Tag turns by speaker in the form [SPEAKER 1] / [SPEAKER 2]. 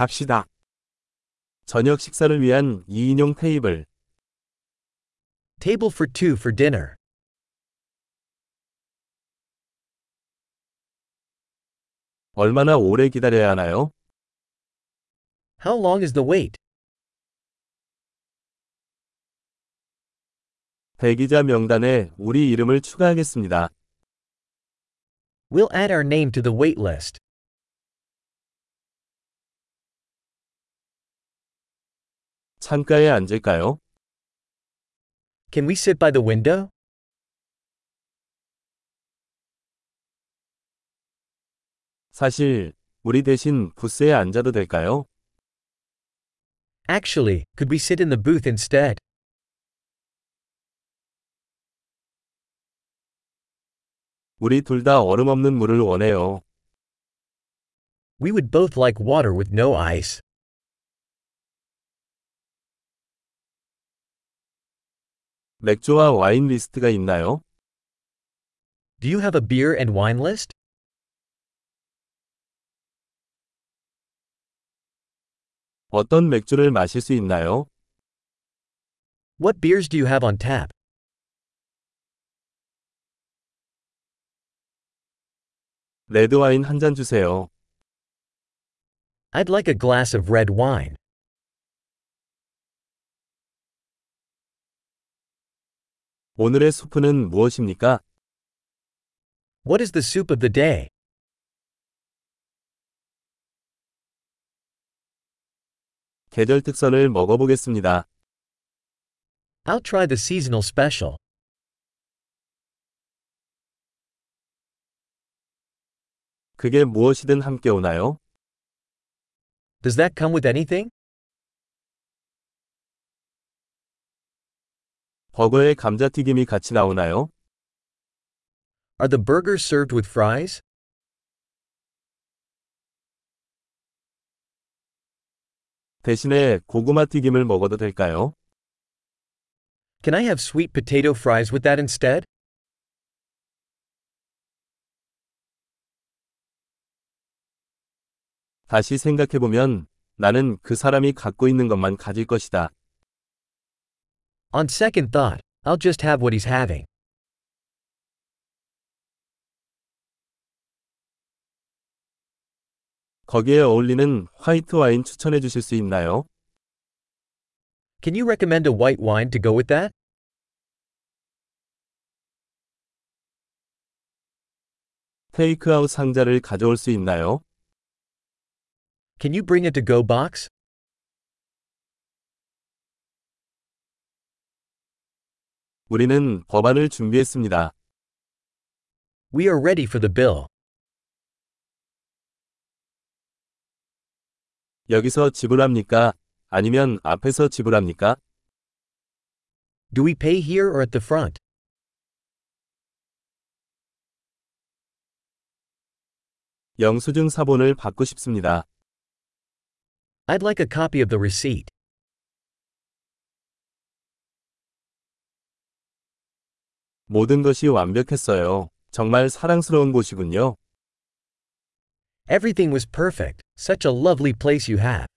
[SPEAKER 1] 갑시다. 저녁 식사를 위한 2인용 테이블.
[SPEAKER 2] Table for two for dinner.
[SPEAKER 1] 얼마나 오래 기다려야 하나요?
[SPEAKER 2] How long is the wait?
[SPEAKER 1] 대기자 명단에 우리 이름을 추가하겠습니다.
[SPEAKER 2] We'll add our name to the wait list.
[SPEAKER 1] 창가에 앉을까요?
[SPEAKER 2] Can we sit by the window?
[SPEAKER 1] 사실, 우리 대신 부스에 앉아도 될까요?
[SPEAKER 2] Actually, could we sit in the booth instead?
[SPEAKER 1] 우리 둘 다 얼음 없는 물을 원해요.
[SPEAKER 2] We would both like water with no ice.
[SPEAKER 1] 맥주와 와인 리스트가 있나요?
[SPEAKER 2] Do you have a beer and wine list?
[SPEAKER 1] 어떤 맥주를 마실 수 있나요?
[SPEAKER 2] What beers do you have on tap?
[SPEAKER 1] 레드 와인 한 잔 주세요.
[SPEAKER 2] I'd like a glass of red wine.
[SPEAKER 1] 오늘의 수프는 무엇입니까?
[SPEAKER 2] What is the soup of the day?
[SPEAKER 1] 계절 특선을 먹어보겠습니다.
[SPEAKER 2] I'll try the seasonal special.
[SPEAKER 1] 그게 무엇이든 함께 오나요?
[SPEAKER 2] Does that come with anything?
[SPEAKER 1] 버거에 감자튀김이 같이 나오나요?
[SPEAKER 2] Are the burgers served with fries?
[SPEAKER 1] 대신에 고구마 튀김을 먹어도 될까요?
[SPEAKER 2] Can I have sweet potato fries with that instead?
[SPEAKER 1] 다시 생각해보면 나는 그 사람이 갖고 있는 것만 가질 것이다.
[SPEAKER 2] On second thought, I'll just have what he's having.
[SPEAKER 1] 거기에 어울리는 화이트 와인 추천해 주실 수 있나요?
[SPEAKER 2] Can you recommend a white wine to go with that?
[SPEAKER 1] 테이크아웃 상자를 가져올 수 있나요?
[SPEAKER 2] Can you bring a to go box?
[SPEAKER 1] 우리는 법안을 준비했습니다.
[SPEAKER 2] We are ready for the bill.
[SPEAKER 1] 여기서 지불합니까? 아니면 앞에서 지불합니까?
[SPEAKER 2] Do we pay here or at the front?
[SPEAKER 1] 영수증 사본을 받고 싶습니다.
[SPEAKER 2] I'd like a copy of the receipt.
[SPEAKER 1] 모든 것이 완벽했어요. 정말 사랑스러운 곳이군요.
[SPEAKER 2] Everything was perfect. Such a lovely place you have.